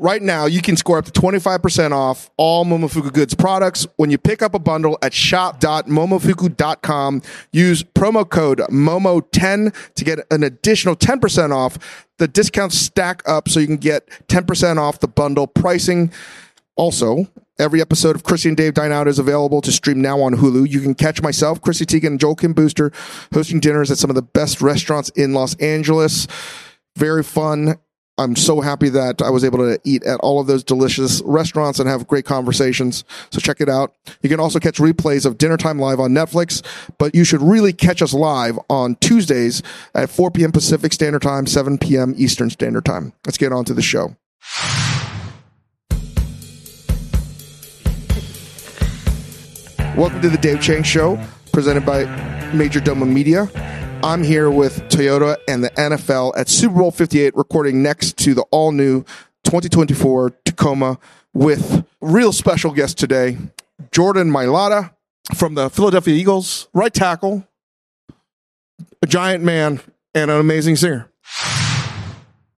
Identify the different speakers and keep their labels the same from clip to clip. Speaker 1: Right now, you can score up to 25% off all Momofuku Goods products when you pick up a bundle at shop.momofuku.com. Use promo code MOMO10 to get an additional 10% off. The discounts stack up so you can get 10% off the bundle pricing. Also, every episode of Chrissy and Dave Dine Out is available to stream now on Hulu. You can catch myself, Chrissy Teigen, and Joel Kim Booster hosting dinners at some of the best restaurants in Los Angeles. Very fun. I'm so happy that I was able to eat at all of those delicious restaurants and have great conversations. So check it out. You can also catch replays of Dinner Time Live on Netflix, but you should really catch us live on Tuesdays at 4 p.m. Pacific Standard Time, 7 p.m. Eastern Standard Time. Let's get on to the show. Welcome to the Dave Chang Show, presented by Major Domo Media. I'm here with Toyota and the NFL at Super Bowl 58, recording next to the all new 2024 Tacoma with real special guest today, Jordan Mailata from the Philadelphia Eagles, right tackle, a giant man, and an amazing singer.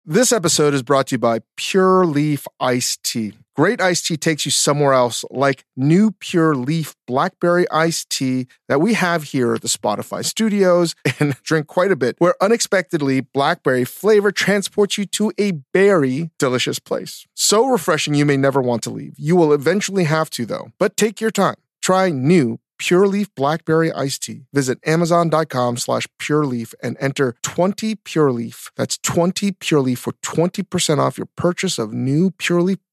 Speaker 1: This episode is brought to you by Pure Leaf Iced Tea. Great iced tea takes you somewhere else, like new Pure Leaf Blackberry Iced Tea that we have here at the Spotify studios and drink quite a bit, where unexpectedly blackberry flavor transports you to a berry delicious place. So refreshing you may never want to leave. You will eventually have to, though, but take your time. Try new Pure Leaf Blackberry Iced Tea. Visit Amazon.com slash Pure Leaf and enter 20 Pure Leaf. That's 20 Pure Leaf for 20% off your purchase of new Pure Leaf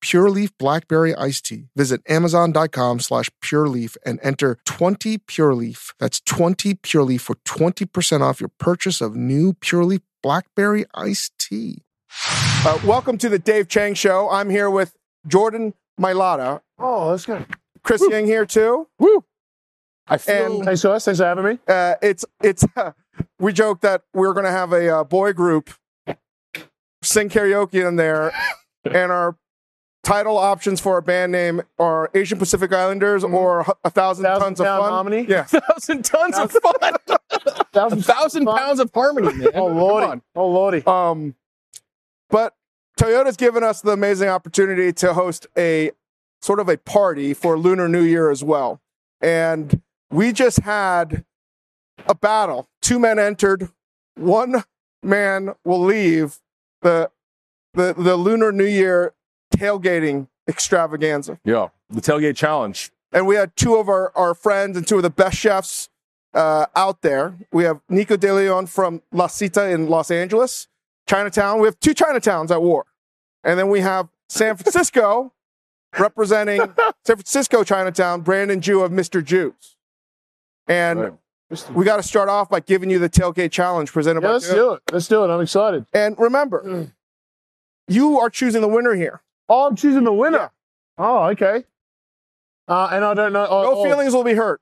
Speaker 1: Pure Leaf Blackberry Iced Tea. Visit Amazon.com slash Pure Leaf and enter 20 Pure Leaf. That's 20 Pure Leaf for 20% off your purchase of new Pure Leaf Blackberry Iced Tea. Uh, welcome to the Dave Chang Show. I'm here with Jordan Mailata.
Speaker 2: Oh, that's good.
Speaker 1: Chris Yang here too.
Speaker 2: Woo! I feel.
Speaker 1: And-
Speaker 2: thanks, us. Thanks for having me.
Speaker 1: Uh, it's it's we joke that we're going to have a uh, boy group sing karaoke in there, and our title options for our band name are Asian Pacific Islanders or a thousand,
Speaker 2: Mm-hmm. Thousand
Speaker 1: tons of
Speaker 2: Pound
Speaker 1: fun.
Speaker 2: Hominy?
Speaker 1: Yeah,
Speaker 3: thousand tons of fun.
Speaker 2: Thousand,
Speaker 3: thousand pounds of harmony, man.
Speaker 2: Oh lordy! Oh lordy!
Speaker 1: Um, but Toyota's given us the amazing opportunity to host a sort of a party for Lunar New Year as well. And we just had a battle. Two men entered, one man will leave the the, the Lunar New Year tailgating extravaganza.
Speaker 4: Yeah, the tailgate challenge.
Speaker 1: And we had two of our, our friends and two of the best chefs uh, out there. We have Nico De Leon from La Cita in Los Angeles, Chinatown. We have two Chinatowns at war. And then we have San Francisco representing San Francisco Chinatown, Brandon Jew of Mr. Jews. And
Speaker 4: Right.
Speaker 1: we got to start off by giving you the tailgate challenge presented
Speaker 2: Yeah,
Speaker 1: by
Speaker 2: let's do it. Let's do it. I'm excited.
Speaker 1: And remember, you are choosing the winner here.
Speaker 2: Oh, I'm choosing the winner. Oh, okay. Uh, and I don't know. Oh,
Speaker 1: No
Speaker 2: oh,
Speaker 1: feelings will be hurt.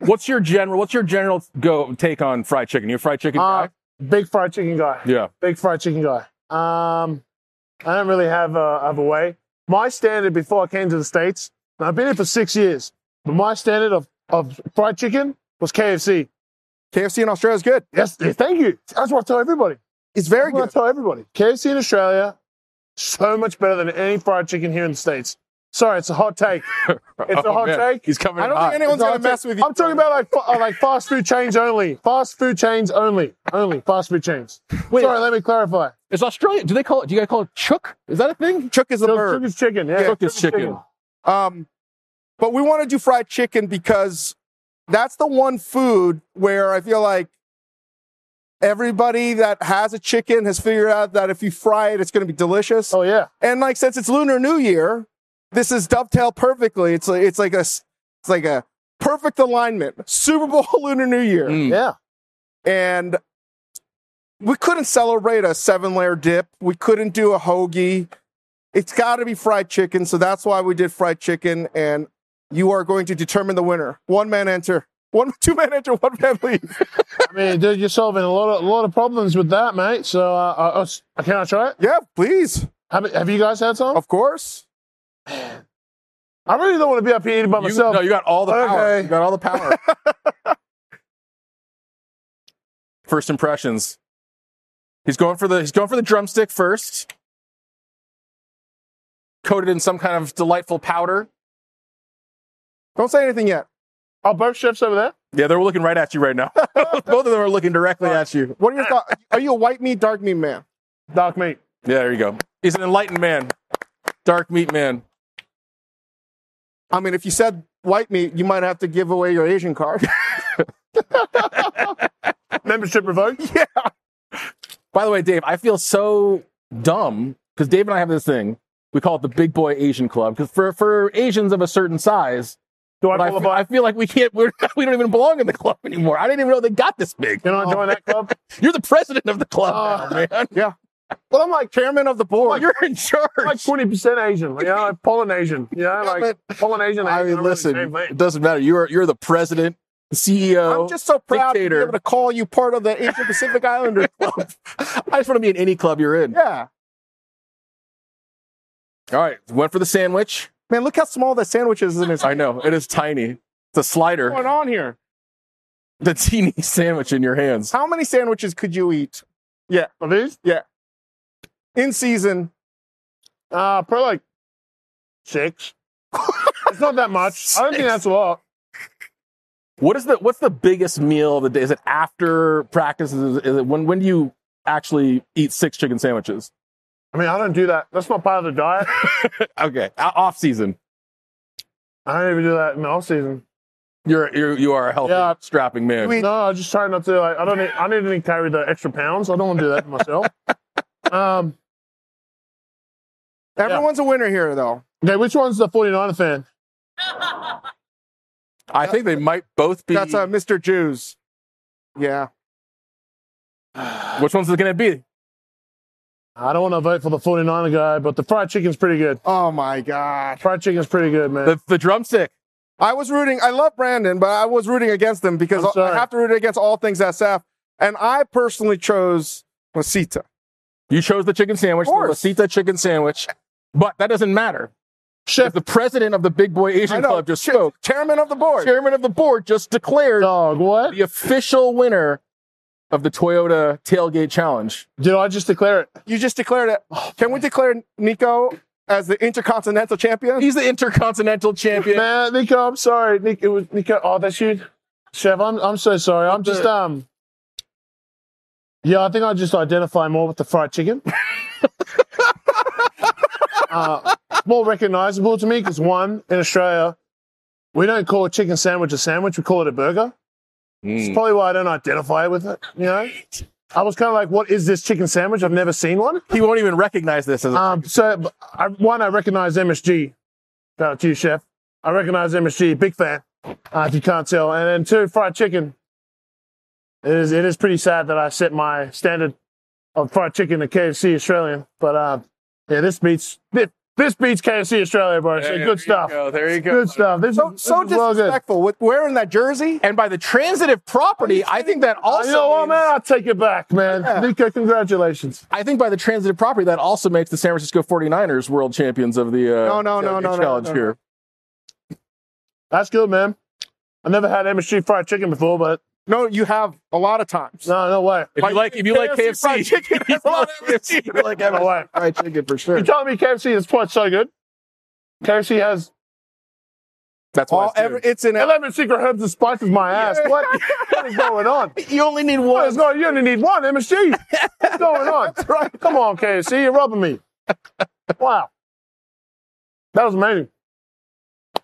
Speaker 4: What's your general? What's your general go take on fried chicken? You a fried chicken
Speaker 2: Uh,
Speaker 4: guy?
Speaker 2: big fried chicken guy.
Speaker 4: Yeah.
Speaker 2: Big fried chicken guy. Um, I don't really have a, have a way. My standard before I came to the states, and I've been here for six years, but my standard of, of fried chicken was KFC.
Speaker 1: KFC in Australia is good.
Speaker 2: Yes, thank you. That's what I tell everybody.
Speaker 1: It's very
Speaker 2: I
Speaker 1: good.
Speaker 2: tell everybody. KFC in Australia, so much better than any fried chicken here in the States. Sorry, it's a hot take. It's a hot take.
Speaker 4: Oh, He's coming.
Speaker 1: I
Speaker 4: in
Speaker 1: don't
Speaker 4: hot.
Speaker 1: think anyone's
Speaker 2: It's a
Speaker 1: going
Speaker 2: hot
Speaker 1: to mess
Speaker 2: take.
Speaker 1: with you.
Speaker 2: I'm talking about like fa- uh, like fast food chains only. Fast food chains only. Only fast food chains. Sorry, let me clarify.
Speaker 3: Is Australia? Do they call it? Do you guys call it chook? Is that a thing?
Speaker 1: Chook is a
Speaker 2: Chug-
Speaker 1: bird.
Speaker 2: Chug is chicken. Yeah,
Speaker 4: Chug is
Speaker 2: Chug
Speaker 4: chicken.
Speaker 1: Um, but we want to do fried chicken because that's the one food where I feel like everybody that has a chicken has figured out that if you fry it, it's going to be delicious.
Speaker 2: Oh yeah.
Speaker 1: And like since it's Lunar New Year, this is dovetail perfectly. It's like it's like a s- it's like a perfect alignment. Super Bowl Lunar New Year,
Speaker 4: Mm.
Speaker 2: Yeah.
Speaker 1: and we couldn't celebrate a seven layer dip. We couldn't do a hoagie. It's got to be fried chicken, so that's why we did fried chicken. And
Speaker 5: You are going to determine the winner. One man enter. One, two man enter. One man leave.
Speaker 2: I mean, dude, you're solving a lot of a lot of problems with that, mate. So, uh, uh, uh, can I try it?
Speaker 5: yeah, please.
Speaker 2: Have, have you guys had some?
Speaker 5: Of course.
Speaker 2: I really don't want to be up here eating by
Speaker 4: You,
Speaker 2: myself.
Speaker 4: no, you got all the power.
Speaker 2: Okay.
Speaker 4: You got all the power. first impressions. He's going for the he's going for the drumstick first. Coated in some kind of delightful powder.
Speaker 5: Don't say anything yet.
Speaker 2: Are both chefs over there?
Speaker 4: Yeah, they're looking right at you right now. Both of them are looking directly at you.
Speaker 5: What are your thoughts? Are you a white meat, dark meat man?
Speaker 2: Dark meat.
Speaker 4: Yeah, there you go. He's an enlightened man. Dark meat man.
Speaker 5: I mean, if you said white meat, you might have to give away your Asian card.
Speaker 2: Membership revoked.
Speaker 4: By the way, Dave, I feel so dumb because Dave and I have this thing. We call it the Big Boy Asian Club because for, for Asians of a certain size,
Speaker 2: Do I
Speaker 4: but I, feel,
Speaker 2: qualify?
Speaker 4: I feel like we can't. We're, we don't even belong in the club anymore. I didn't even know they got this big.
Speaker 2: Can I join that club?
Speaker 4: You're the president of the club, now, man.
Speaker 5: well, I'm like chairman of the board.
Speaker 4: You're in charge.
Speaker 2: like twenty percent Asian, you know, like Polynesian, you know, like Polynesian.
Speaker 4: I
Speaker 2: Asian
Speaker 4: mean,
Speaker 2: are
Speaker 4: listen,
Speaker 2: Really the same
Speaker 4: it
Speaker 2: thing.
Speaker 4: doesn't matter. You're you're the president, the E CEO.
Speaker 5: I'm just so proud
Speaker 4: Dictator.
Speaker 5: to be able to call you part of the Asian Pacific Islander Club.
Speaker 4: I just want to be in any club you're in.
Speaker 5: Yeah.
Speaker 4: All right, went for the sandwich.
Speaker 5: Man, look how small that sandwich is in his.
Speaker 4: I know it is tiny. The
Speaker 2: What's going
Speaker 4: slider,
Speaker 2: on here?
Speaker 4: the teeny sandwich in your hands.
Speaker 5: How many sandwiches could you eat
Speaker 2: Are these?
Speaker 5: in season?
Speaker 2: Uh, probably like six. it's not that much. I don't think
Speaker 4: Six.
Speaker 2: that's a lot.
Speaker 4: What is the what's the biggest meal of the day? Is it after practice? Is it, is it when when do you actually eat six chicken sandwiches?
Speaker 2: I mean, I don't do that. That's not part of the diet.
Speaker 4: Okay, o- off season.
Speaker 2: I don't even do that in the off season.
Speaker 4: You're you're you are a healthy,
Speaker 2: Yeah.
Speaker 4: strapping man.
Speaker 5: We-
Speaker 2: No, I just try not to. Like, I don't. Need, I don't even carry the extra pounds. I don't want to do that to myself. um.
Speaker 5: Everyone's a winner here, though.
Speaker 2: Okay, which one's the 49er fan?
Speaker 4: I think they might both be.
Speaker 5: That's uh, Mr. Jews. Yeah.
Speaker 4: which one's it going to be?
Speaker 2: I don't want to vote for the 49er guy, but the fried chicken's pretty good.
Speaker 5: Oh my God.
Speaker 2: Fried chicken's pretty good, man.
Speaker 4: The the drumstick.
Speaker 5: I was rooting. I love Brandon, but I was rooting against them because
Speaker 2: I'm
Speaker 5: I
Speaker 2: sorry.
Speaker 5: have to root against all things SF. And I personally chose Masita.
Speaker 4: You chose the chicken sandwich, the
Speaker 5: course.
Speaker 4: Rosita chicken sandwich, but that doesn't matter. If
Speaker 2: Chef
Speaker 4: the president of the Big Boy
Speaker 5: I
Speaker 4: Asian
Speaker 5: know.
Speaker 4: Club just
Speaker 5: Cha-
Speaker 4: spoke.
Speaker 5: Chairman of the board.
Speaker 4: Chairman of the board just declared
Speaker 2: dog, what?
Speaker 4: the official winner of the Toyota Tailgate Challenge.
Speaker 2: Did I just declare it?
Speaker 5: You just declared it. Oh, Can we declare Nico as the intercontinental champion?
Speaker 4: He's the Intercontinental Champion.
Speaker 2: Man, Nico, I'm sorry. Nick, it was Nico. Oh, that's you, Chef. I'm I'm so sorry. I'm just um. Yeah, I think I just identify more with the fried chicken. uh, more recognizable to me because one in Australia, we don't call a chicken sandwich a sandwich. We call it a burger. It's
Speaker 4: Mm.
Speaker 2: probably why I don't identify with it. You know, I was kind of like, what is this chicken sandwich? I've never seen one.
Speaker 4: He won't even recognize this as a
Speaker 2: Um, so b- I, one, I recognize MSG. Shout out to you, chef. I recognize MSG. Big fan. Uh, if you can't tell, and then two, fried chicken. It is. It is pretty sad that I set my standard of fried chicken to KFC Australian, but uh, yeah, this beats this, this beats KFC Australia, bro. So good stuff.
Speaker 4: There you
Speaker 2: Good stuff. This
Speaker 5: So,
Speaker 2: is
Speaker 5: so
Speaker 2: this is well good.
Speaker 5: disrespectful with wearing that jersey.
Speaker 4: And by the transitive property, I think that
Speaker 2: Oh,
Speaker 4: also
Speaker 2: you know what,
Speaker 4: means-
Speaker 2: man? I'll take it back, man.
Speaker 5: Yeah.
Speaker 2: Nico, congratulations.
Speaker 4: I think by the transitive property that also makes the San Francisco 49ers world champions of the uh,
Speaker 5: No, no, no,
Speaker 4: tailgate
Speaker 5: no, no,
Speaker 4: challenge
Speaker 5: no, no.
Speaker 4: here.
Speaker 2: That's good, man. I never had MSG fried chicken before, but
Speaker 5: No, you have a lot of times.
Speaker 2: no, no way.
Speaker 4: If you like if you like
Speaker 5: KFC
Speaker 4: KFC,
Speaker 5: fried chicken,
Speaker 4: if you
Speaker 5: that's all
Speaker 4: like
Speaker 5: I've ever
Speaker 4: KFC, you like
Speaker 2: No
Speaker 4: KFC.
Speaker 2: way.
Speaker 5: fried chicken for sure.
Speaker 2: You're telling me KFC is quite so good? KFC has
Speaker 4: That's
Speaker 5: All,
Speaker 4: what I
Speaker 5: every, it's in.
Speaker 2: 11 secret herbs and spices my ass. What? what is going on?
Speaker 4: You only need
Speaker 2: What is going You only need one MSG. What's going on? right. Come on, KFC. You're robbing me. Wow. That was amazing.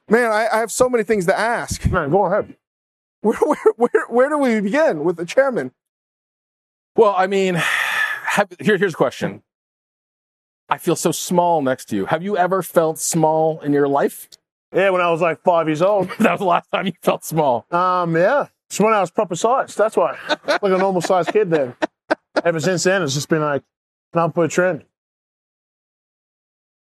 Speaker 5: Man, I, I have so many things to ask.
Speaker 2: Man, go ahead.
Speaker 5: Where, where, where, where do we begin with the chairman?
Speaker 4: Well, I mean, have, here, here's a question. I feel so small next to you. Have you ever felt small in your life?
Speaker 2: Yeah, when I was like five years old.
Speaker 4: That was the last time you felt small.
Speaker 2: Um, yeah. It's when I was proper sized. That's why. Like a normal sized kid then. Ever since then, it's just been like an upward trend.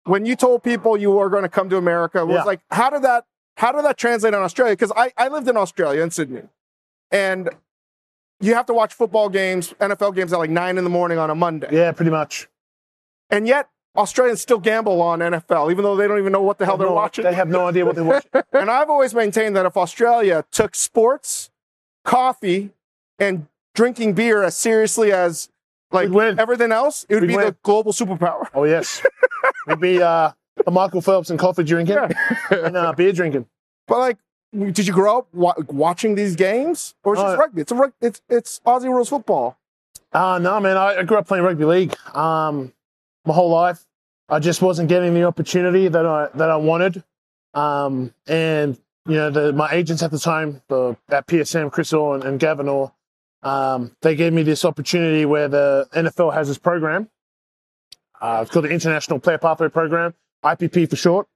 Speaker 5: When you told people you were going to come to America, it was
Speaker 2: Yeah.
Speaker 5: like, how did that how did that translate in Australia? Because I, I lived in Australia in Sydney, and you have to watch football games, NFL games at like nine in the morning on a Monday,
Speaker 2: Yeah, pretty much.
Speaker 5: and yet Australians still gamble on NFL, even though they don't even know what the hell they're
Speaker 2: No,
Speaker 5: watching.
Speaker 2: They have no idea what they're watching.
Speaker 5: and I've always maintained that if Australia took sports, coffee, and drinking beer as seriously as like
Speaker 2: We'd win.
Speaker 5: everything else, it would
Speaker 2: We'd
Speaker 5: be the
Speaker 2: win.
Speaker 5: global superpower.
Speaker 2: oh yes, it'd be uh, a Michael Phelps and coffee drinking and uh, beer drinking.
Speaker 5: But like, w- did you grow up wa- watching these games, or is it
Speaker 2: No.
Speaker 5: just rugby? It's a rug- it's it's Aussie rules football.
Speaker 2: Uh, no, man, I, I grew up playing rugby league um, my whole life. I just wasn't getting the opportunity that I that I wanted, um, and you know, the, my agents at the time, the, at PSM, Chris Orr and, and Gavin Orr, um, they gave me this opportunity where the NFL has this program. Uh, it's called the International Player Pathway Program, IPP for short.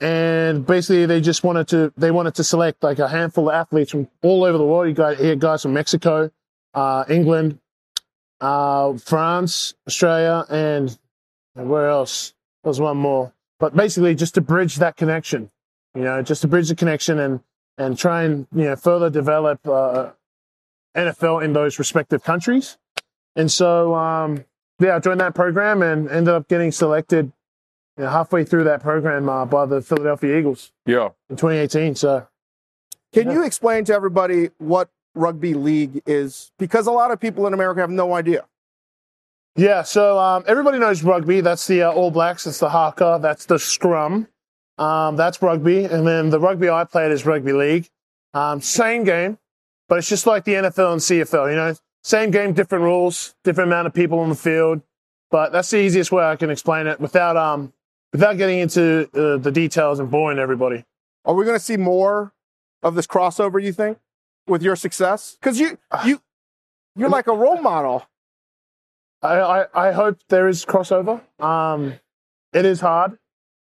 Speaker 2: And basically, they just wanted to they wanted to select like a handful of athletes from all over the world. You got here guys from Mexico, uh, England, uh, France, Australia, and where else? There's one more. But basically, just to bridge that connection, you know, just to bridge the connection and and try and you know further develop uh, NFL in those respective countries. And so, um, yeah, I joined that program and ended up getting selected you know, halfway through that program uh, by the Philadelphia Eagles
Speaker 4: Yeah.
Speaker 2: in 2018. So,
Speaker 5: Can you explain to everybody what rugby league is? Because a lot of people in America have no idea.
Speaker 2: Yeah, so um, everybody knows rugby. That's the uh, All Blacks. That's the haka. That's the scrum. Um, that's rugby. And then the rugby I played is rugby league. Um, same game, but it's just like the NFL and CFL. You know, same game, different rules, different amount of people on the field. But that's the easiest way I can explain it without um without getting into uh, the details and boring everybody.
Speaker 5: Are we going to see more of this crossover? You think with your success? Because you you you're like a role model.
Speaker 2: I, I, I hope there is crossover. Um, it is hard.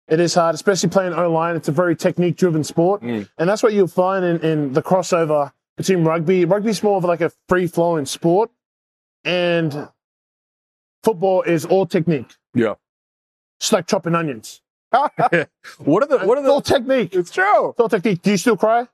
Speaker 2: It is hard, especially playing O line. It's a very technique driven sport.
Speaker 4: Mm.
Speaker 2: And that's what you'll find in, in the crossover between rugby. Rugby's more of like a free flowing sport, and football is all technique.
Speaker 4: Yeah.
Speaker 2: It's like chopping onions.
Speaker 4: What are the what are
Speaker 2: It's all
Speaker 4: the
Speaker 2: technique. It's
Speaker 5: It's true.
Speaker 2: all technique. Do you still cry?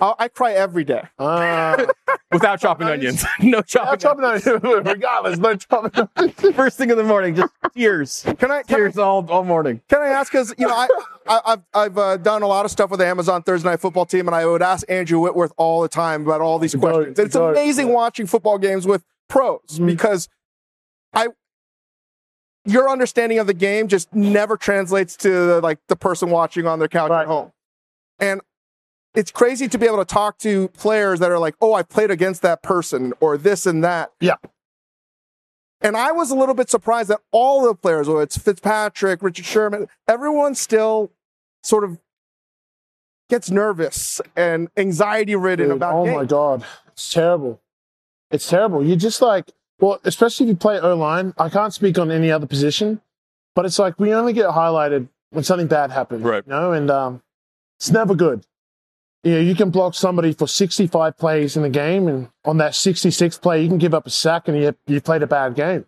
Speaker 5: I, I cry every day.
Speaker 2: Uh,
Speaker 4: without chopping onions? no
Speaker 2: yeah,
Speaker 4: chopping.
Speaker 2: chopping onions. Regardless, no chopping onions.
Speaker 4: onions. First thing in the morning, just tears,
Speaker 5: Can I can, I-
Speaker 4: tears all all morning.
Speaker 5: can I ask? Because you know I, I I've I've uh, done a lot of stuff with the Amazon Thursday Night Football team, and I would ask Andrew Whitworth all the time about all these
Speaker 2: Go,
Speaker 5: questions. it's
Speaker 2: go,
Speaker 5: amazing
Speaker 2: yeah. Mm-hmm.
Speaker 5: watching football games with pros because I your understanding of the game just never translates to like the person watching on their couch at
Speaker 2: Right.
Speaker 5: home, and it's crazy to be able to talk to players that are like, oh, I played against that person or this and that.
Speaker 2: Yeah.
Speaker 5: And I was a little bit surprised that all the players, whether it's Fitzpatrick, Richard Sherman, everyone still sort of gets nervous and anxiety ridden
Speaker 2: Dude,
Speaker 5: about
Speaker 2: oh
Speaker 5: games.
Speaker 2: my god it's terrible it's terrible you're just like well especially if you play o-line i can't speak on any other position but it's like we only get highlighted when something bad happens
Speaker 4: Right.
Speaker 2: you know and um, it's never good you know you can block somebody for 65 plays in the game and on that 66th play you can give up a sack and you, you played a bad game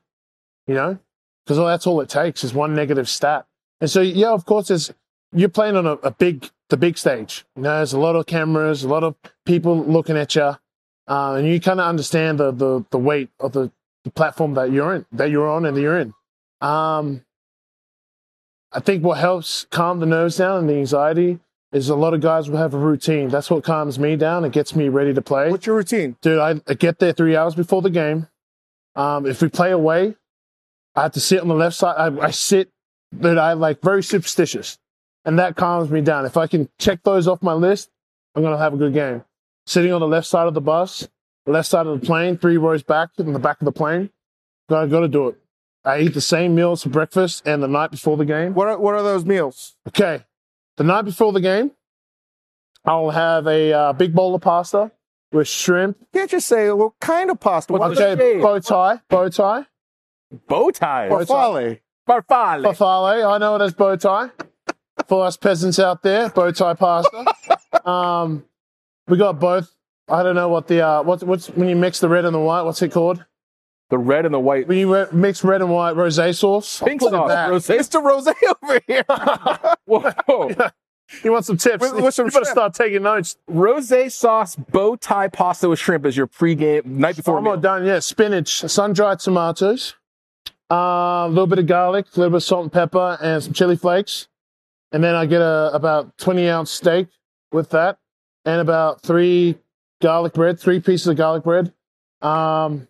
Speaker 2: you know because that's all it takes is one negative stat and so yeah of course there's you're playing on a, a big the big stage. You know, there's a lot of cameras, a lot of people looking at you, uh, and you kind of understand the, the the weight of the, the platform that you're in, that you're on, and that you're in. Um, I think what helps calm the nerves down and the anxiety is a lot of guys will have a routine. That's what calms me down and gets me ready to play.
Speaker 5: What's your routine?
Speaker 2: Dude, I, I get there three hours before the game. Um, if we play away, I have to sit on the left side. I, I sit, dude, I like very superstitious. And that calms me down. If I can check those off my list, I'm going to have a good game. Sitting on the left side of the bus, the left side of the plane, three rows back in the back of the plane, got, got to do it. I eat the same meals for breakfast and the night before the game.
Speaker 5: What are, what are those meals?
Speaker 2: Okay. The night before the game, I'll have a uh, big bowl of pasta with shrimp
Speaker 5: You can't just say, well, kind of pasta.
Speaker 4: What's
Speaker 5: What
Speaker 4: the-
Speaker 5: the
Speaker 2: Okay,
Speaker 4: shade.
Speaker 2: bow tie, bow tie,
Speaker 4: Bow tie.
Speaker 2: Bow-
Speaker 5: farfalle?
Speaker 4: Farfalle.
Speaker 2: farfalle. eh? I know it as bow tie. For us peasants out there, bow tie pasta. um, we got both. I don't know what the uh, what's what's when you mix the red and the white. What's it called?
Speaker 4: The red and the white.
Speaker 2: When you re- mix red and white rosé sauce.
Speaker 4: Pink
Speaker 2: Look at
Speaker 4: sauce.
Speaker 2: that.
Speaker 4: Rose.
Speaker 5: Mr. Rose over here.
Speaker 4: Whoa.
Speaker 2: You want some tips?
Speaker 5: With- with some
Speaker 2: you better start
Speaker 5: shrimp.
Speaker 2: taking notes.
Speaker 4: Rosé sauce bow tie pasta with shrimp is your pregame night before meal.
Speaker 2: Almost done. Yeah, spinach, sun-dried tomatoes, uh, a little bit of garlic, a little bit of salt and pepper, and some chili flakes. And then I get a about twenty ounce steak with that, and about three garlic bread, three pieces of garlic bread, um,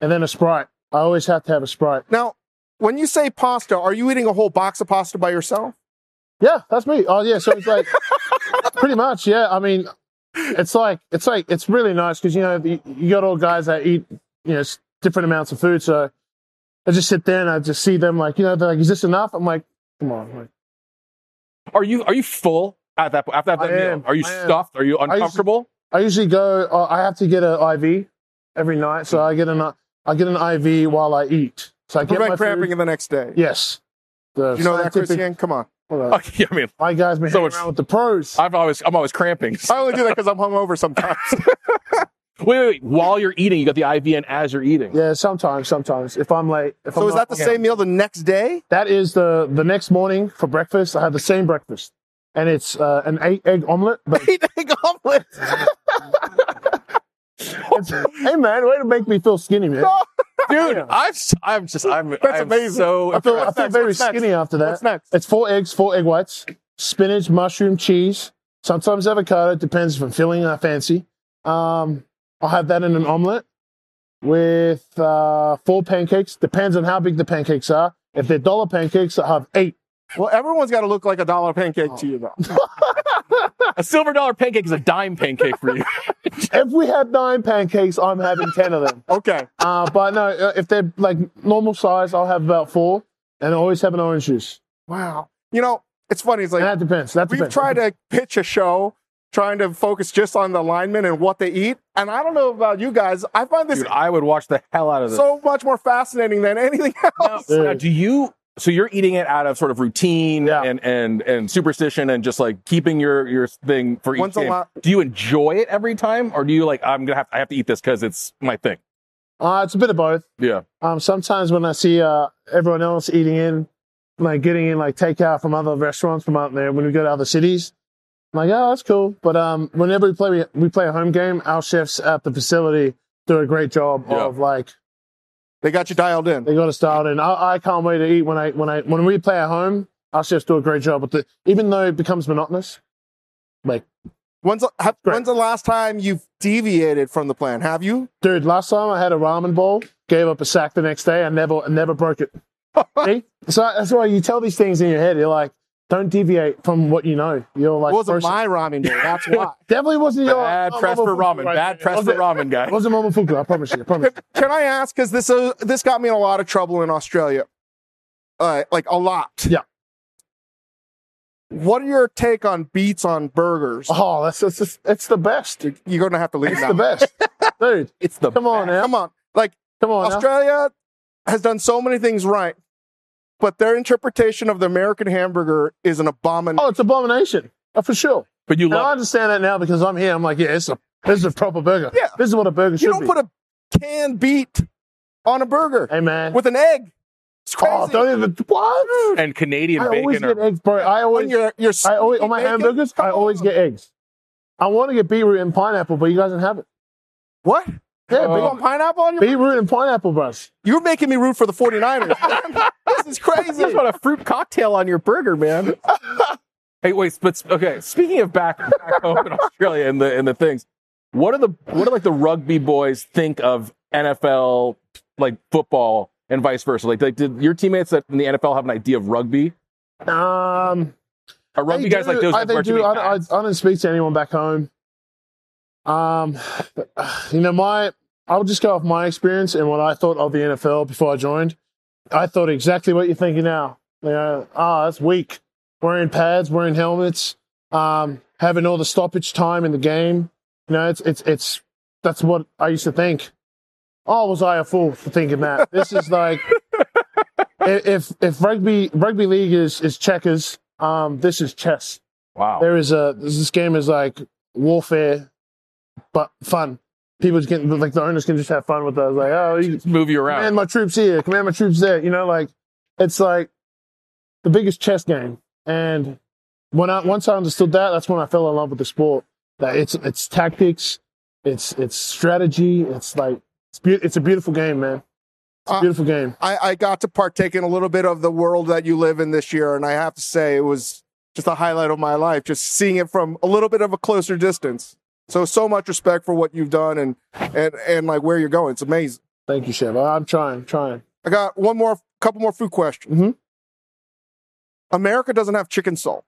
Speaker 2: and then a sprite. I always have to have a sprite.
Speaker 5: Now, when you say pasta, are you eating a whole box of pasta by yourself?
Speaker 2: Yeah, that's me. Oh yeah, so it's like pretty much. Yeah, I mean, it's like it's like it's really nice because you know you, you got all guys that eat you know s- different amounts of food. So I just sit there and I just see them like you know they're like, is this enough? I'm like, come on. Like,
Speaker 4: Are you are you full at that after that
Speaker 2: I
Speaker 4: meal?
Speaker 2: am.
Speaker 4: Are you
Speaker 2: I am.
Speaker 4: stuffed? Are you uncomfortable?
Speaker 2: I usually go. Uh, I have to get an IV every night, so I get an I get an IV while I eat. So I get my
Speaker 5: Prevent cramping
Speaker 2: food.
Speaker 5: in the next day.
Speaker 2: Yes. The
Speaker 5: You know that,
Speaker 2: scientific-
Speaker 5: Christian? Oh, Come on.
Speaker 2: Hold on.
Speaker 4: Okay, I mean,
Speaker 2: My guys been
Speaker 4: So
Speaker 2: hanging
Speaker 4: it's-
Speaker 2: around with the pros.
Speaker 4: I've always I'm always cramping.
Speaker 5: I only do that because I'm hungover sometimes.
Speaker 4: Wait, wait, wait. While you're eating, you got the IV and as you're eating.
Speaker 2: yeah, sometimes, sometimes if I'm late. If
Speaker 5: so
Speaker 2: I'm
Speaker 5: is
Speaker 2: not-
Speaker 5: that the same meal the next day?
Speaker 2: That is the the next morning for breakfast. I have the same breakfast, and it's uh, an eight egg omelet. But
Speaker 5: Eating omelet.
Speaker 2: it's, hey man, way to make me feel skinny, man.
Speaker 4: Dude,
Speaker 2: Yeah.
Speaker 4: I'm s- I'm just I'm
Speaker 5: That's
Speaker 4: I'm
Speaker 5: amazing.
Speaker 4: So
Speaker 2: I feel I
Speaker 5: What's
Speaker 2: feel
Speaker 5: next?
Speaker 2: very
Speaker 5: What's next?
Speaker 2: skinny after that.
Speaker 5: What's next?
Speaker 2: It's four eggs, four egg whites, spinach, mushroom, cheese. Sometimes avocado. Depends if I'm feeling uh, fancy. Um, I'll have that in an omelet with uh, four pancakes. Depends on how big the pancakes are. If they're dollar pancakes, I'll have eight.
Speaker 5: Well, everyone's got to look like a dollar pancake
Speaker 2: Oh.
Speaker 5: to you, though.
Speaker 4: a silver dollar pancake is a dime pancake for you.
Speaker 2: If we had nine pancakes, I'm having ten of them.
Speaker 5: Okay.
Speaker 2: Uh, but no, uh, if they're like normal size, I'll have about four, and I always have an orange juice.
Speaker 5: Wow. You know, it's funny. It's
Speaker 2: And
Speaker 5: like
Speaker 2: that depends. That
Speaker 5: we've
Speaker 2: depends.
Speaker 5: tried to pitch a show trying to focus just on the linemen and what they eat. And I don't know about you guys. I find this
Speaker 4: Dude, I would watch the hell out of this.
Speaker 5: so much more fascinating than anything else.
Speaker 4: Now, do you? So you're eating it out of sort of routine
Speaker 2: Yeah.
Speaker 4: and and and superstition and just like keeping your your thing for each
Speaker 5: Once a
Speaker 4: game.
Speaker 5: lot-
Speaker 4: Do you enjoy it every time, or do you like I'm gonna have I have to eat this because it's my thing?
Speaker 2: Uh, it's a bit of both.
Speaker 4: Yeah.
Speaker 2: Um, sometimes when I see uh, everyone else eating in, like getting in like takeout from other restaurants from out there, when we go to other cities, I'm like, oh, that's cool. But um, whenever we play, we, we play a home game. Our chefs at the facility do a great job
Speaker 4: Yeah.
Speaker 2: of like
Speaker 5: They got you dialed in.
Speaker 2: They got to start, and I, I can't wait to eat when I when I when we play at home. Our chefs do a great job with it, even though it becomes monotonous. Like,
Speaker 5: When's the, have,
Speaker 2: Right.
Speaker 5: when's the last time you've deviated from the plan? Have you?
Speaker 2: dude, last time I had a ramen bowl, gave up a sack the next day, I never I never broke it. See? So that's why you tell these things in your head. You're like, don't deviate from what you know. You're like,
Speaker 5: it wasn't
Speaker 2: first-
Speaker 5: my ramen day. That's why.
Speaker 2: definitely wasn't your
Speaker 4: Bad press for ramen. Bad press for ramen, guys.
Speaker 2: It wasn't Mama Fuku, I promise you. I promise. you.
Speaker 5: Can I ask? Because this uh, this got me in a lot of trouble in Australia, uh, like a lot.
Speaker 2: Yeah.
Speaker 5: What are your take on beats on burgers?
Speaker 2: Oh, that's it's, it's, it's the best. It's
Speaker 5: You're gonna have to leave now.
Speaker 2: the best, dude.
Speaker 4: It's the
Speaker 2: Come on now,
Speaker 5: Come on, like
Speaker 2: come on. now.
Speaker 5: Australia has done so many things right, but their interpretation of the American hamburger is an abomination.
Speaker 2: Oh, it's abomination. Uh, for sure.
Speaker 4: but you
Speaker 2: And I
Speaker 4: love.
Speaker 2: understand that now because I'm here. I'm like, yeah, it's a, this is a proper burger.
Speaker 5: Yeah.
Speaker 2: This is what a burger should
Speaker 5: you don't
Speaker 2: be.
Speaker 5: put a canned beat on a burger
Speaker 2: hey, man.
Speaker 5: with an egg. It's crazy.
Speaker 2: oh, don't even. What?
Speaker 4: it. And Canadian
Speaker 2: I always
Speaker 4: bacon. Or,
Speaker 2: get eggs, bro. I
Speaker 5: when
Speaker 2: always,
Speaker 5: you're you're
Speaker 2: I always on my
Speaker 5: bacon-
Speaker 2: hamburgers, I
Speaker 5: Come
Speaker 2: always
Speaker 5: on.
Speaker 2: get eggs. I want to get beetroot and pineapple, but you guys don't have it.
Speaker 5: what?
Speaker 2: Yeah,
Speaker 5: You want pineapple on your?
Speaker 2: beet- beetroot and pineapple, bros.
Speaker 5: You're making me root for the 49ers. man. this is
Speaker 4: you just
Speaker 5: crazy.
Speaker 4: want a fruit cocktail on your burger, man. hey, wait, but okay. Speaking of back, back home in Australia and the and the things, what are the what do like the rugby boys think of NFL like football and vice versa? Like, like did your teammates that in the NFL have an idea of rugby?
Speaker 2: Um,
Speaker 4: Are rugby
Speaker 2: They
Speaker 4: guys
Speaker 2: do.
Speaker 4: like those?
Speaker 2: I,
Speaker 4: that
Speaker 2: they
Speaker 4: wear too
Speaker 2: do.
Speaker 4: many
Speaker 2: I, don't- I,
Speaker 4: hats?
Speaker 2: I don't speak to anyone back home. Um, but, uh, you know, my I'll just go off my experience and what I thought of the NFL before I joined. I thought exactly what you're thinking now. You know, ah, that's weak. Wearing pads, wearing helmets, um, having all the stoppage time in the game. You know, it's it's it's that's what I used to think. Oh, was I a fool for thinking that? This is like if if rugby rugby league is is checkers, um, this is chess.
Speaker 4: wow.
Speaker 2: There is a this, this game is like warfare, but fun. People just getting like the owners can just have fun with that. Like, oh, you,
Speaker 4: Move you around.
Speaker 2: command my troops here, command my troops there. You know, like it's like the biggest chess game, and when I once I understood that, that's when I fell in love with the sport. That it's it's tactics, it's it's strategy, it's like it's, be- it's a beautiful game, man. It's a
Speaker 5: Uh,
Speaker 2: beautiful game.
Speaker 5: I, I got to partake in a little bit of the world that you live in this year, and I have to say it was just a highlight of my life, just seeing it from a little bit of a closer distance. So so much respect for what you've done and and and like where you're going. It's amazing.
Speaker 2: Thank you, Chef. I'm trying, trying.
Speaker 5: I got one more, couple more food questions.
Speaker 2: Mhm.
Speaker 5: America doesn't have chicken salt.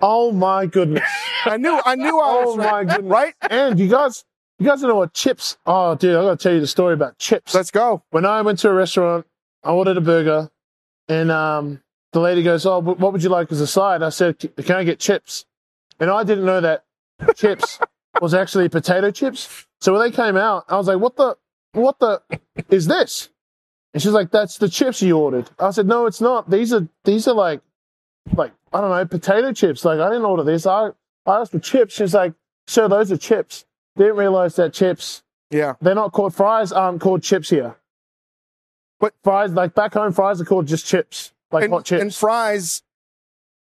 Speaker 2: Oh my goodness.
Speaker 5: I knew I knew I was
Speaker 2: Oh my
Speaker 5: right.
Speaker 2: goodness.
Speaker 5: right.
Speaker 2: and you guys, you guys don't know what chips. Oh, dude, I gotta tell you the story about chips.
Speaker 5: Let's go.
Speaker 2: when I went to a restaurant, I ordered a burger, and um, the lady goes, "Oh, wh- what would you like as a side?" I said, "C- "Can I get chips?" And I didn't know that chips was actually potato chips. So when they came out, I was like, "What the? What the? Is this?" And she's like, "That's the chips you ordered." I said, "No, it's not. These are these are like, like I don't know, potato chips. Like I didn't order these. I I asked for chips. She's like, "Sir, those are chips." Didn't realize that chips
Speaker 5: Yeah.
Speaker 2: they're not called fries. Aren't called chips here.
Speaker 5: But-
Speaker 2: fries, like back home, fries are called just chips, like
Speaker 5: and,
Speaker 2: hot chips.
Speaker 5: and fries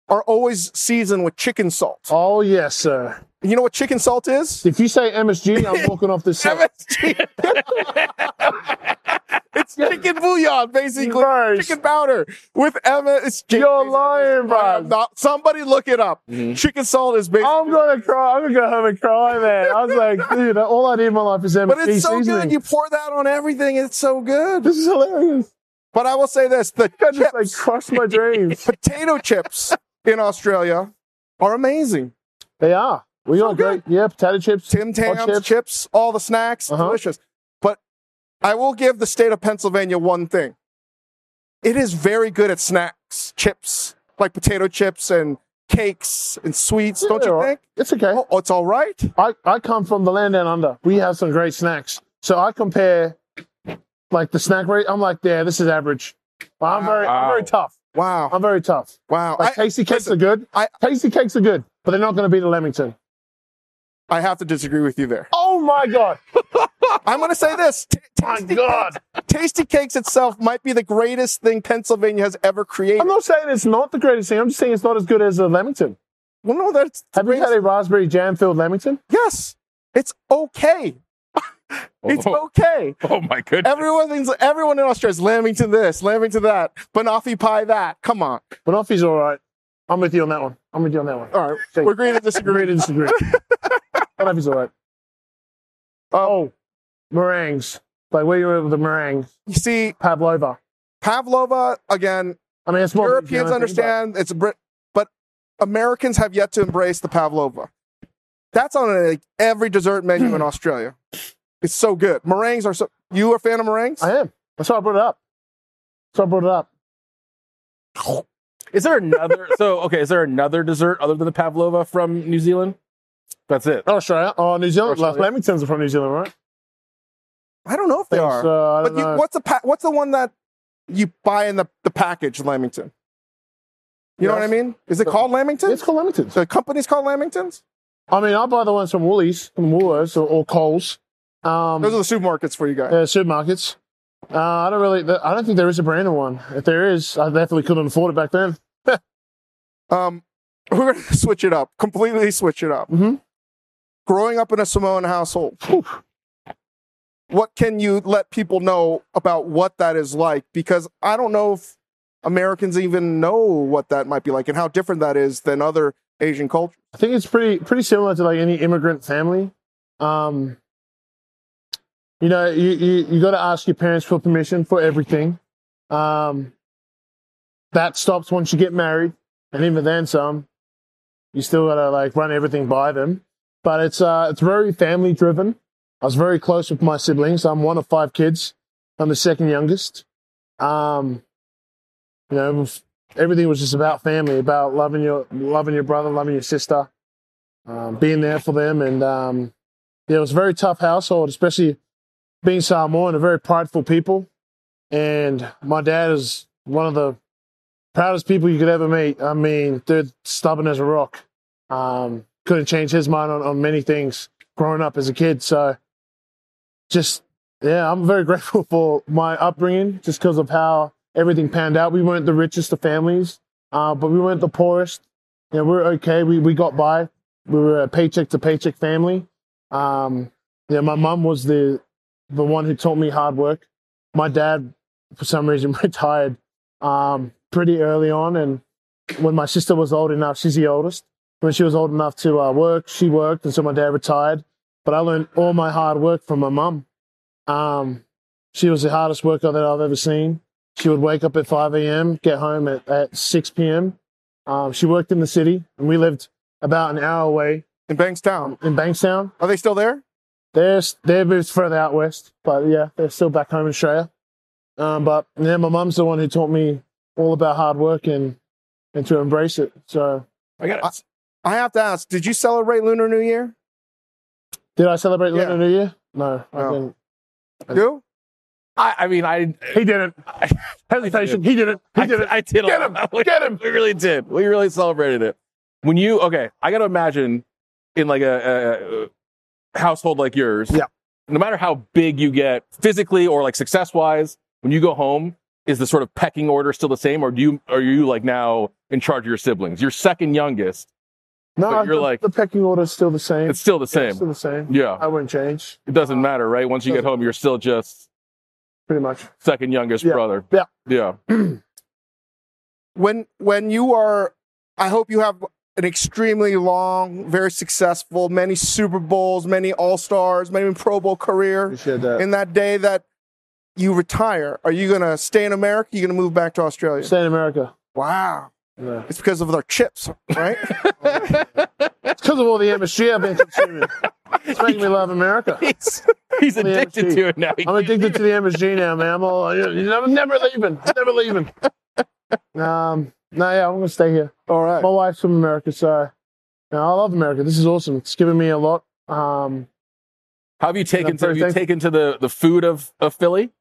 Speaker 5: are always seasoned with chicken salt.
Speaker 2: oh yes, sir.
Speaker 5: You know what chicken salt is?
Speaker 2: If you say MSG, I'm walking off this set.
Speaker 5: MSG. it's chicken bouillon, basically.
Speaker 2: Gross.
Speaker 5: Chicken powder with MSG.
Speaker 2: You're lying, bro. Mm-hmm.
Speaker 5: I'm not- somebody look it up. Chicken salt is basically.
Speaker 2: I'm gonna cry. I'm gonna go home and cry, man. I was like, dude, all I need in my life is MSG
Speaker 5: but it's so
Speaker 2: seasoning.
Speaker 5: good. You pour that on everything. It's so good.
Speaker 2: this is hilarious.
Speaker 5: But I will say this the
Speaker 2: I just like
Speaker 5: chips,
Speaker 2: crushed my dreams.
Speaker 5: potato chips in Australia are amazing.
Speaker 2: they are. We got great, yeah, potato chips.
Speaker 5: Tim
Speaker 2: hot
Speaker 5: Tams, chips. all the snacks,
Speaker 2: Uh-huh.
Speaker 5: delicious. But I will give the state of Pennsylvania one thing. It is very good at snacks, chips, like potato chips and cakes and sweets,
Speaker 2: Yeah,
Speaker 5: don't you
Speaker 2: they're
Speaker 5: think?
Speaker 2: It's okay.
Speaker 5: Oh, it's all right.
Speaker 2: I, I come from the land down under. We have some great snacks. So I compare like the snack rate. I'm like, yeah, this is average. But I'm very I'm very
Speaker 4: Wow.
Speaker 2: tough.
Speaker 5: Wow.
Speaker 2: I'm very tough.
Speaker 5: Wow.
Speaker 2: Like
Speaker 5: I,
Speaker 2: tasty cakes
Speaker 5: listen,
Speaker 2: are good.
Speaker 5: I-
Speaker 2: tasty cakes are good, but they're not gonna beat a Leamington.
Speaker 5: I have to disagree with you there.
Speaker 2: Oh my god.
Speaker 5: I'm going to say this. T-
Speaker 2: My
Speaker 5: tasty,
Speaker 2: god.
Speaker 5: tasty Cakes itself might be the greatest thing Pennsylvania has ever created.
Speaker 2: I'm not saying it's not the greatest thing. I'm just saying it's not as good as a Leamington.
Speaker 5: well, no, that's the
Speaker 2: Have you had
Speaker 5: greatest-
Speaker 2: a raspberry jam filled Leamington?
Speaker 5: Yes. It's okay. It's
Speaker 4: Oh,
Speaker 5: okay.
Speaker 4: oh my goodness.
Speaker 5: Everyone's everyone in Australia is lambing to this, lambing to that, banoffee pie that. Come on.
Speaker 2: Banoffee's all right. I'm with you on that one. I'm with you on that one.
Speaker 5: All right.
Speaker 2: Okay.
Speaker 5: We're agreeing to disagree.
Speaker 2: Agree to disagree. Banoffee's all right. Oh, meringues. Like where you were with the meringues.
Speaker 5: You see,
Speaker 2: Pavlova.
Speaker 5: Pavlova, again,
Speaker 2: I mean, it's more
Speaker 5: Europeans understand it's a Brit, but Americans have yet to embrace the Pavlova. That's on like, every dessert menu
Speaker 2: Hmm.
Speaker 5: in Australia. It's so good. Meringues are so. You a fan of meringues?
Speaker 2: I am. That's why I brought it up. That's why I brought it up.
Speaker 4: Is there another? so okay, is there another dessert other than the pavlova from New Zealand? That's it.
Speaker 2: Oh, Australia. Oh, New Zealand.
Speaker 4: Australia.
Speaker 2: Like, Lamingtons are from New Zealand, right?
Speaker 5: I don't know if they
Speaker 2: Thanks,
Speaker 5: are.
Speaker 2: uh, I
Speaker 5: but
Speaker 2: don't
Speaker 5: you,
Speaker 2: know.
Speaker 5: what's the pa- what's the one that you buy in the, the package, Lamington? You know what I
Speaker 2: Yes.
Speaker 5: mean? Is it
Speaker 2: So-
Speaker 5: called Lamington?
Speaker 2: It's called Lamingtons.
Speaker 5: The company's called Lamingtons.
Speaker 2: I mean, I buy the ones from Woolies, from Woolworths, or, or Coles. Um,
Speaker 5: Those are the supermarkets for you guys.
Speaker 2: uh, supermarkets. Uh, I don't really. I don't think there is a branded one. If there is, I definitely couldn't afford it back then.
Speaker 5: Um, we're going to switch it up, completely switch it up.
Speaker 2: Mhm.
Speaker 5: Growing up in a Samoan household,
Speaker 2: Whew.
Speaker 5: what can you let people know about what that is like? Because I don't know if Americans even know what that might be like and how different that is than other Asian cultures.
Speaker 2: I think it's pretty pretty similar to like any immigrant family. Um, you know, you you, you got to ask your parents for permission for everything. Um, that stops once you get married, and even then, some. You still gotta like run everything by them, but it's uh it's very family driven. I was very close with my siblings. I'm one of five kids. I'm the second youngest. Um, you know, it was- everything was just about family, about loving your loving your brother, loving your sister, um, being there for them, and um, yeah, it was a very tough household, especially being Samoan, a very prideful people, and my dad is one of the proudest people you could ever meet. I mean, dude, stubborn as a rock, um, couldn't change his mind on, on many things growing up as a kid, so just yeah, I'm very grateful for my upbringing just because of how everything panned out. We weren't the richest of families, uh, but we weren't the poorest. Yeah, we're okay. We we got by. We were a paycheck to paycheck family. Um, yeah, my mum was the the one who taught me hard work. My dad, for some reason, retired um, pretty early on, and when my sister was old enough, she's the oldest. When she was old enough to uh, work, she worked, and so my dad retired. But I learned all my hard work from my mum. Um, she was the hardest worker that I've ever seen. She would wake up at 5 a.m., get home at, at 6 p.m. Um, she worked in the city, and we lived about an hour away
Speaker 5: in Bankstown.
Speaker 2: in Bankstown.
Speaker 5: Are they still there?
Speaker 2: They're, they're moved further out west, but yeah, they're still back home in Australia. Um, but yeah, my mum's the one who taught me all about hard work and, and to embrace it. So,
Speaker 4: I got it.
Speaker 5: I have to ask, did you celebrate Lunar New Year?
Speaker 2: did I celebrate
Speaker 5: Yeah.
Speaker 2: Lunar New Year? No, I
Speaker 5: No.
Speaker 2: didn't.
Speaker 5: You?
Speaker 4: I, I mean, I
Speaker 2: He didn't. Hesitation. He didn't. He
Speaker 4: I
Speaker 2: didn't.
Speaker 4: I did. Get him. Get him. We really did. We really celebrated it. When you okay, I got to imagine in like a, a household like yours.
Speaker 2: Yeah.
Speaker 4: No matter how big you get physically or like success wise, when you go home, is the sort of pecking order still the same, or do you are you like now in charge of your siblings? Your second youngest,
Speaker 2: No,
Speaker 4: But you're
Speaker 2: the,
Speaker 4: like-
Speaker 2: the pecking order's still the same.
Speaker 4: it's still the same.
Speaker 2: Still the same.
Speaker 4: Yeah,
Speaker 2: I wouldn't change,
Speaker 4: it doesn't matter, right? Once you get home, you're still just
Speaker 2: pretty much.
Speaker 4: second youngest
Speaker 2: Yeah.
Speaker 4: brother.
Speaker 2: Yeah.
Speaker 4: Yeah.
Speaker 5: When when you are I hope you have an extremely long, very successful, many Super Bowls, many All Stars, many Pro Bowl career.
Speaker 2: Appreciate that.
Speaker 5: In that day that you retire, are you gonna stay in America? You're gonna move back to Australia?
Speaker 2: Stay in America.
Speaker 5: wow.
Speaker 2: No.
Speaker 5: It's because of their chips, right?
Speaker 2: It's because of all the MSG I've been consuming. It's making me love America.
Speaker 4: He's, he's
Speaker 2: the
Speaker 4: addicted
Speaker 2: MSG.
Speaker 4: to it now. He
Speaker 2: I'm addicted to the MSG now, man. I'm all, I'm never leaving. Never leaving. Um, no, yeah, I'm gonna stay here.
Speaker 5: All right.
Speaker 2: My wife's from America, so no, I love America. This is awesome. It's given me a lot. Um,
Speaker 4: How have you taken
Speaker 2: I'm
Speaker 4: to,
Speaker 2: very
Speaker 4: have you
Speaker 2: thankful.
Speaker 4: taken to the, the food of, of Philly?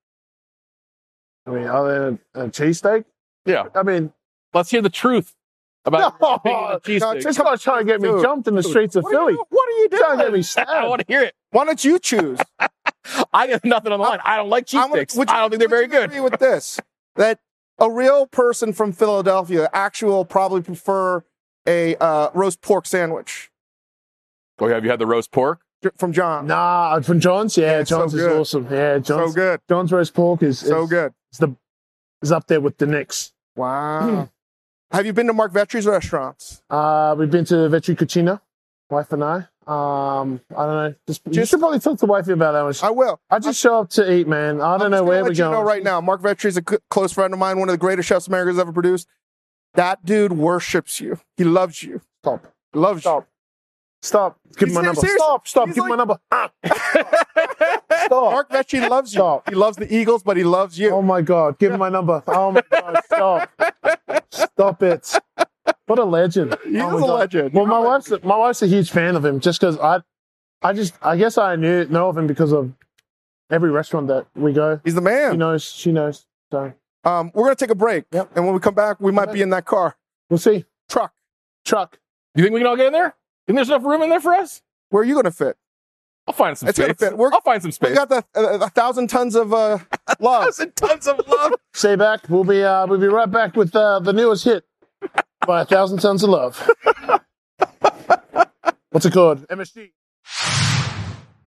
Speaker 2: I mean, other than a cheesesteak,
Speaker 4: Yeah.
Speaker 2: I mean,
Speaker 4: Let's hear the truth about
Speaker 2: No,
Speaker 4: the cheese steak.
Speaker 5: no, Oh, just-
Speaker 2: this guy's trying to get me
Speaker 5: Dude.
Speaker 2: jumped in the streets of
Speaker 5: What are,
Speaker 2: Philly.
Speaker 5: you, what are you
Speaker 2: Trying to
Speaker 5: doing?
Speaker 2: get me
Speaker 4: I
Speaker 2: stabbed.
Speaker 4: want to hear it.
Speaker 5: Why don't you choose?
Speaker 4: I got nothing on the line. I don't like cheese
Speaker 5: I'm gonna-
Speaker 4: sticks.
Speaker 5: would you-
Speaker 4: I don't think they're
Speaker 5: would
Speaker 4: very good.
Speaker 5: you Agree with this that a real person from Philadelphia, actual, probably prefer a uh, roast pork sandwich
Speaker 4: Oh, have you had the roast pork?
Speaker 5: j- from John.
Speaker 2: Nah, from John's. Yeah,
Speaker 5: so
Speaker 2: John's is
Speaker 5: good.
Speaker 2: awesome. Yeah,
Speaker 5: so
Speaker 2: John's.
Speaker 5: good,
Speaker 2: John's roast pork is, is
Speaker 5: so good.
Speaker 2: Is the is up there with the Knicks.
Speaker 5: Wow. Have you been to Mark Vetri's restaurants?
Speaker 2: Uh, we've been to Vetri Cucina, wife and I. Um, I don't know. Just, you
Speaker 5: Just-
Speaker 2: should probably talk to wifey about that one.
Speaker 5: I will.
Speaker 2: I just show up to eat, man. I don't know
Speaker 5: I'm just gonna
Speaker 2: where
Speaker 5: let
Speaker 2: we're
Speaker 5: you
Speaker 2: going.
Speaker 5: Know right now, Mark Vetri's a c- close friend of mine, one of the greatest chefs America's ever produced. That dude worships you. He loves you.
Speaker 2: Stop.
Speaker 5: Loves
Speaker 2: Stop. Stop. Give him my
Speaker 5: He's
Speaker 2: number.
Speaker 5: serious.
Speaker 2: Stop. Stop.
Speaker 5: He's
Speaker 2: Give him my
Speaker 5: like-
Speaker 2: number. Ah,
Speaker 5: you.
Speaker 2: Stop.
Speaker 5: Mark Vetri loves you.
Speaker 2: Stop.
Speaker 5: He loves the Eagles, but he loves you.
Speaker 2: Oh my God. Give him my number. Oh my God. Stop. Stop it. What a legend.
Speaker 5: he
Speaker 2: Oh
Speaker 5: is
Speaker 2: my
Speaker 5: a
Speaker 2: God.
Speaker 5: legend.
Speaker 2: Well, my wife's my wife's a huge fan of him just because I, I just I guess I knew know of him because of every restaurant that we go.
Speaker 5: He's the man.
Speaker 2: She knows. She knows. So
Speaker 5: Um, we're gonna take a break,
Speaker 2: Yep.
Speaker 5: and when we come back, we might be in that car
Speaker 2: we'll see.
Speaker 5: truck.
Speaker 2: Truck.
Speaker 4: You think we can all get in there? Think there's enough room in there for us?
Speaker 5: Where are you gonna fit?
Speaker 4: I'll find some
Speaker 5: It's gonna
Speaker 4: space.
Speaker 5: fit. We're-
Speaker 4: I'll find some
Speaker 5: We
Speaker 4: space.
Speaker 5: got the uh, a thousand tons of uh, love.
Speaker 4: Thousand tons of love.
Speaker 2: Stay back. We'll be uh, we'll be right back with uh, the newest hit by a thousand tons of love. What's it called? MSG.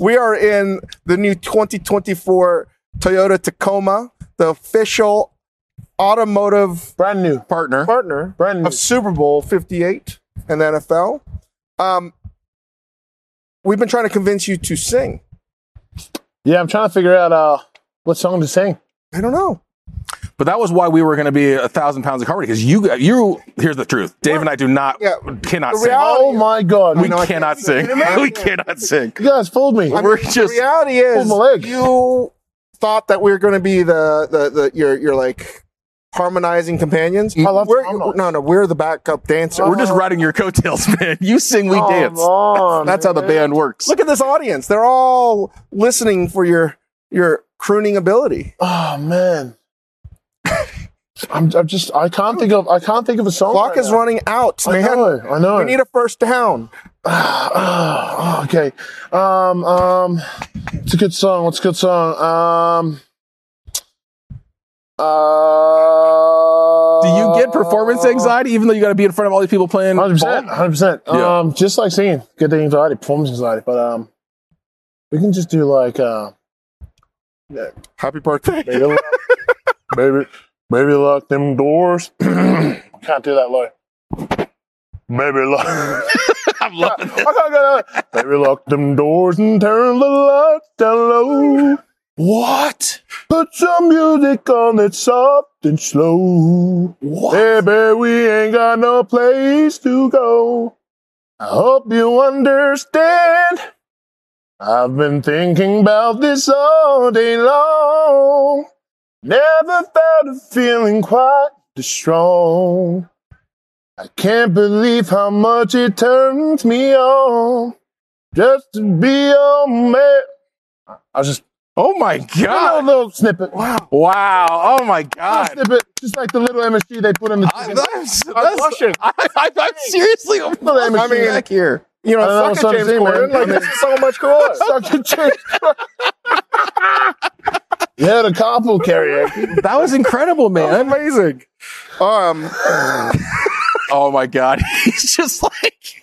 Speaker 5: we are in the new 2024 Toyota Tacoma, the official automotive
Speaker 2: Brand new.
Speaker 6: Partner.
Speaker 5: partner
Speaker 2: Brand new.
Speaker 5: of Super Bowl 58 and NFL. Um, We've been trying to convince you to sing.
Speaker 2: Yeah, I'm trying to figure out uh, what song to sing.
Speaker 5: I don't know.
Speaker 4: But that was why we were going to be a thousand pounds of comedy because you, got- you. Here's the truth: Dave and I do not,
Speaker 5: Yeah.
Speaker 4: cannot
Speaker 5: The
Speaker 4: sing.
Speaker 5: reality-
Speaker 2: Oh my God.
Speaker 4: we
Speaker 5: no, I
Speaker 4: cannot
Speaker 5: can't-
Speaker 4: sing.
Speaker 5: Can you imagine?
Speaker 4: we cannot sing.
Speaker 2: you guys fooled me.
Speaker 4: We're just.
Speaker 5: the reality
Speaker 2: Pulled
Speaker 5: is
Speaker 2: my leg.
Speaker 5: you thought that we were going to be the, the the your your like harmonizing companions.
Speaker 2: I love to
Speaker 5: we're,
Speaker 2: harmonize.
Speaker 5: no no we're the backup dancer.
Speaker 4: We're just riding your coattails, man. You sing, we
Speaker 5: Oh,
Speaker 2: Come
Speaker 4: dance.
Speaker 2: on,
Speaker 4: That's how the
Speaker 2: man.
Speaker 4: band works.
Speaker 5: Look at this audience. They're all listening for your your crooning ability.
Speaker 2: Oh man. I'm, I'm just I can't think of I can't think of a
Speaker 4: Oh,
Speaker 2: song.
Speaker 5: Clock
Speaker 2: right
Speaker 5: is
Speaker 2: now.
Speaker 5: running out,
Speaker 2: I
Speaker 5: man.
Speaker 2: know. I know.
Speaker 5: We need a first down.
Speaker 2: Ah, ah, okay. Um, um, it's a good song. What's a good song? Um, uh,
Speaker 4: Do you get performance anxiety even though you got to be in front of all these people playing?
Speaker 2: Hundred percent.
Speaker 4: ball?
Speaker 2: Hundred percent.
Speaker 4: Yeah.
Speaker 2: Um, just like singing, get the anxiety, performance anxiety. But um, we can just do like uh,
Speaker 5: Happy birthday.
Speaker 2: maybe, lock- maybe, maybe lock them doors. Can't do that low. Maybe lock.
Speaker 4: I'm loving
Speaker 2: I can't go down. Baby, lock them doors and turn the lights down low.
Speaker 4: What?
Speaker 2: Put some music on that's soft and slow.
Speaker 4: What?
Speaker 2: Baby, we ain't got no place to go. I hope you understand. I've been thinking about this all day long. Never felt a feeling quite this strong. I can't believe how much it turns me on just to be your man. I was just
Speaker 4: Oh my
Speaker 2: a
Speaker 4: god!
Speaker 2: little snippet.
Speaker 4: Wow! Oh my
Speaker 2: Little
Speaker 4: god!
Speaker 2: snippet, just like the little MSG they put in the
Speaker 4: I,
Speaker 2: chicken.
Speaker 4: that's,
Speaker 2: I'm
Speaker 4: that's,
Speaker 2: blushing.
Speaker 4: I, I, I'm seriously oh I'm
Speaker 2: Little
Speaker 5: I mean-
Speaker 2: MSG.
Speaker 4: back here.
Speaker 5: You
Speaker 2: I don't know
Speaker 5: know, suck
Speaker 2: what
Speaker 5: it,
Speaker 2: I'm
Speaker 5: James
Speaker 2: saying,
Speaker 5: Corden.
Speaker 2: man.
Speaker 5: Like, this is so much cooler.
Speaker 2: Suck your cheek. yeah, the carpool karaoke.
Speaker 4: That was incredible, man.
Speaker 5: Amazing. Um,
Speaker 4: Oh my god! He's just like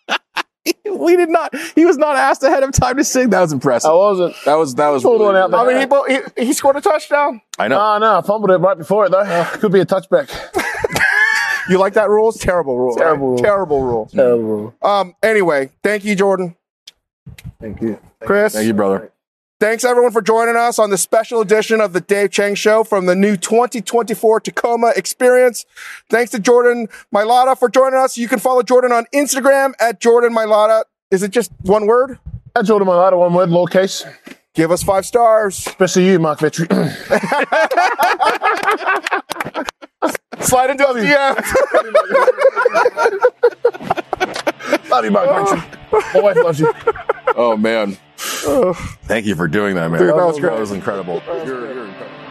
Speaker 4: we did not. He was not asked ahead of time to sing. That was impressive.
Speaker 2: I wasn't.
Speaker 4: That was that was.
Speaker 2: Pulled
Speaker 4: really-
Speaker 2: one Oh. out there.
Speaker 5: I mean, he, bo- he he scored a touchdown.
Speaker 4: I know.
Speaker 2: Oh, no, I fumbled it right before it, though. Could be a touchback.
Speaker 5: You like that rule? It's terrible rule. right?
Speaker 2: Terrible rule.
Speaker 5: Terrible rule.
Speaker 2: Terrible.
Speaker 5: Um. Anyway, thank you, Jordan.
Speaker 2: Thank you.
Speaker 5: Chris.
Speaker 4: Thank you, brother.
Speaker 5: Thanks everyone for joining us on the special edition of the Dave Chang Show from the new 2024 Tacoma Experience. Thanks to Jordan Mailata for joining us. You can follow Jordan on Instagram at Jordan Mailata. Is it just one word?
Speaker 2: I told him a lot of one word, low case.
Speaker 5: Give us five stars.
Speaker 2: Especially you, Mark Vitry.
Speaker 5: Slide into us. Yeah.
Speaker 2: Love you, Mark Vitry. My wife loves you.
Speaker 4: Oh man! Thank you for doing that, man.
Speaker 5: Dude, that was great.
Speaker 4: That was incredible. You're- you're incredible.